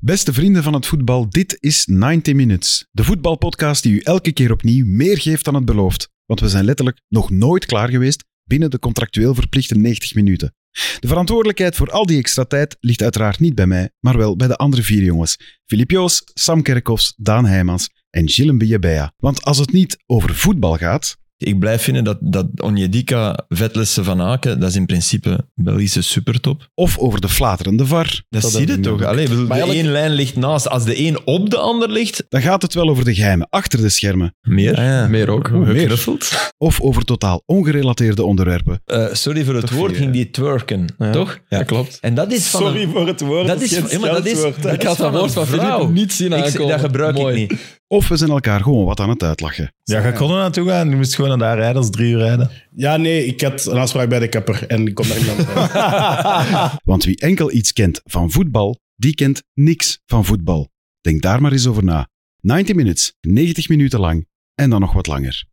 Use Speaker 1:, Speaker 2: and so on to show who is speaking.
Speaker 1: Beste vrienden van het voetbal, dit is 90 Minutes. De voetbalpodcast die u elke keer opnieuw meer geeft dan het belooft. Want we zijn letterlijk nog nooit klaar geweest binnen de contractueel verplichte 90 minuten. De verantwoordelijkheid voor al die extra tijd ligt uiteraard niet bij mij, maar wel bij de andere vier jongens. Filip Joos, Sam Kerkhoffs, Daan Heijmans en Gilles Bejebea. Want als het niet over voetbal gaat,
Speaker 2: Ik blijf vinden dat, dat Onjedika, Vetlessen van Aken, dat is in principe Belgische supertop.
Speaker 1: of over de flaterende var,
Speaker 2: Dat,
Speaker 3: Dat
Speaker 2: zie je
Speaker 3: heb ik
Speaker 2: toch?
Speaker 3: niet.
Speaker 2: Allee, ik bedoel,
Speaker 3: Maar
Speaker 2: de
Speaker 3: elk-
Speaker 2: één lijn ligt naast. Als de één op de ander ligt,
Speaker 1: dan gaat het wel over de geheimen achter de schermen.
Speaker 2: meer.
Speaker 3: Ah Meer ook.
Speaker 2: Geknuffeld.
Speaker 1: Of over totaal ongerelateerde onderwerpen.
Speaker 2: Eh, sorry voor het
Speaker 3: Toch
Speaker 2: woord,
Speaker 3: niet,
Speaker 2: ging
Speaker 3: ja.
Speaker 2: die twerken,
Speaker 3: Ja.
Speaker 2: toch?
Speaker 3: Dat klopt.
Speaker 2: En dat is van een-
Speaker 4: Sorry voor het woord.
Speaker 2: dat is, ja, maar dat is, dat
Speaker 3: ik
Speaker 2: is
Speaker 3: had dat
Speaker 2: een
Speaker 3: woord van
Speaker 2: vrouw.
Speaker 3: Filip niet zien
Speaker 2: Ik-
Speaker 3: aankomen.
Speaker 2: dat gebruik
Speaker 3: Mooi.
Speaker 2: ik niet.
Speaker 1: Of we zijn elkaar gewoon wat aan het uitlachen.
Speaker 5: Ja, ga kon er naartoe gaan. Je moest gewoon naar daar rijden. Dat is drie uur rijden.
Speaker 4: Ja, nee, ik had een afspraak bij de kapper en ik kon daar niet aan beginnen.
Speaker 1: Want wie enkel iets kent van voetbal, die kent niks van voetbal. Denk daar maar eens over na. 90 minutes, 90 minuten lang en dan nog wat langer.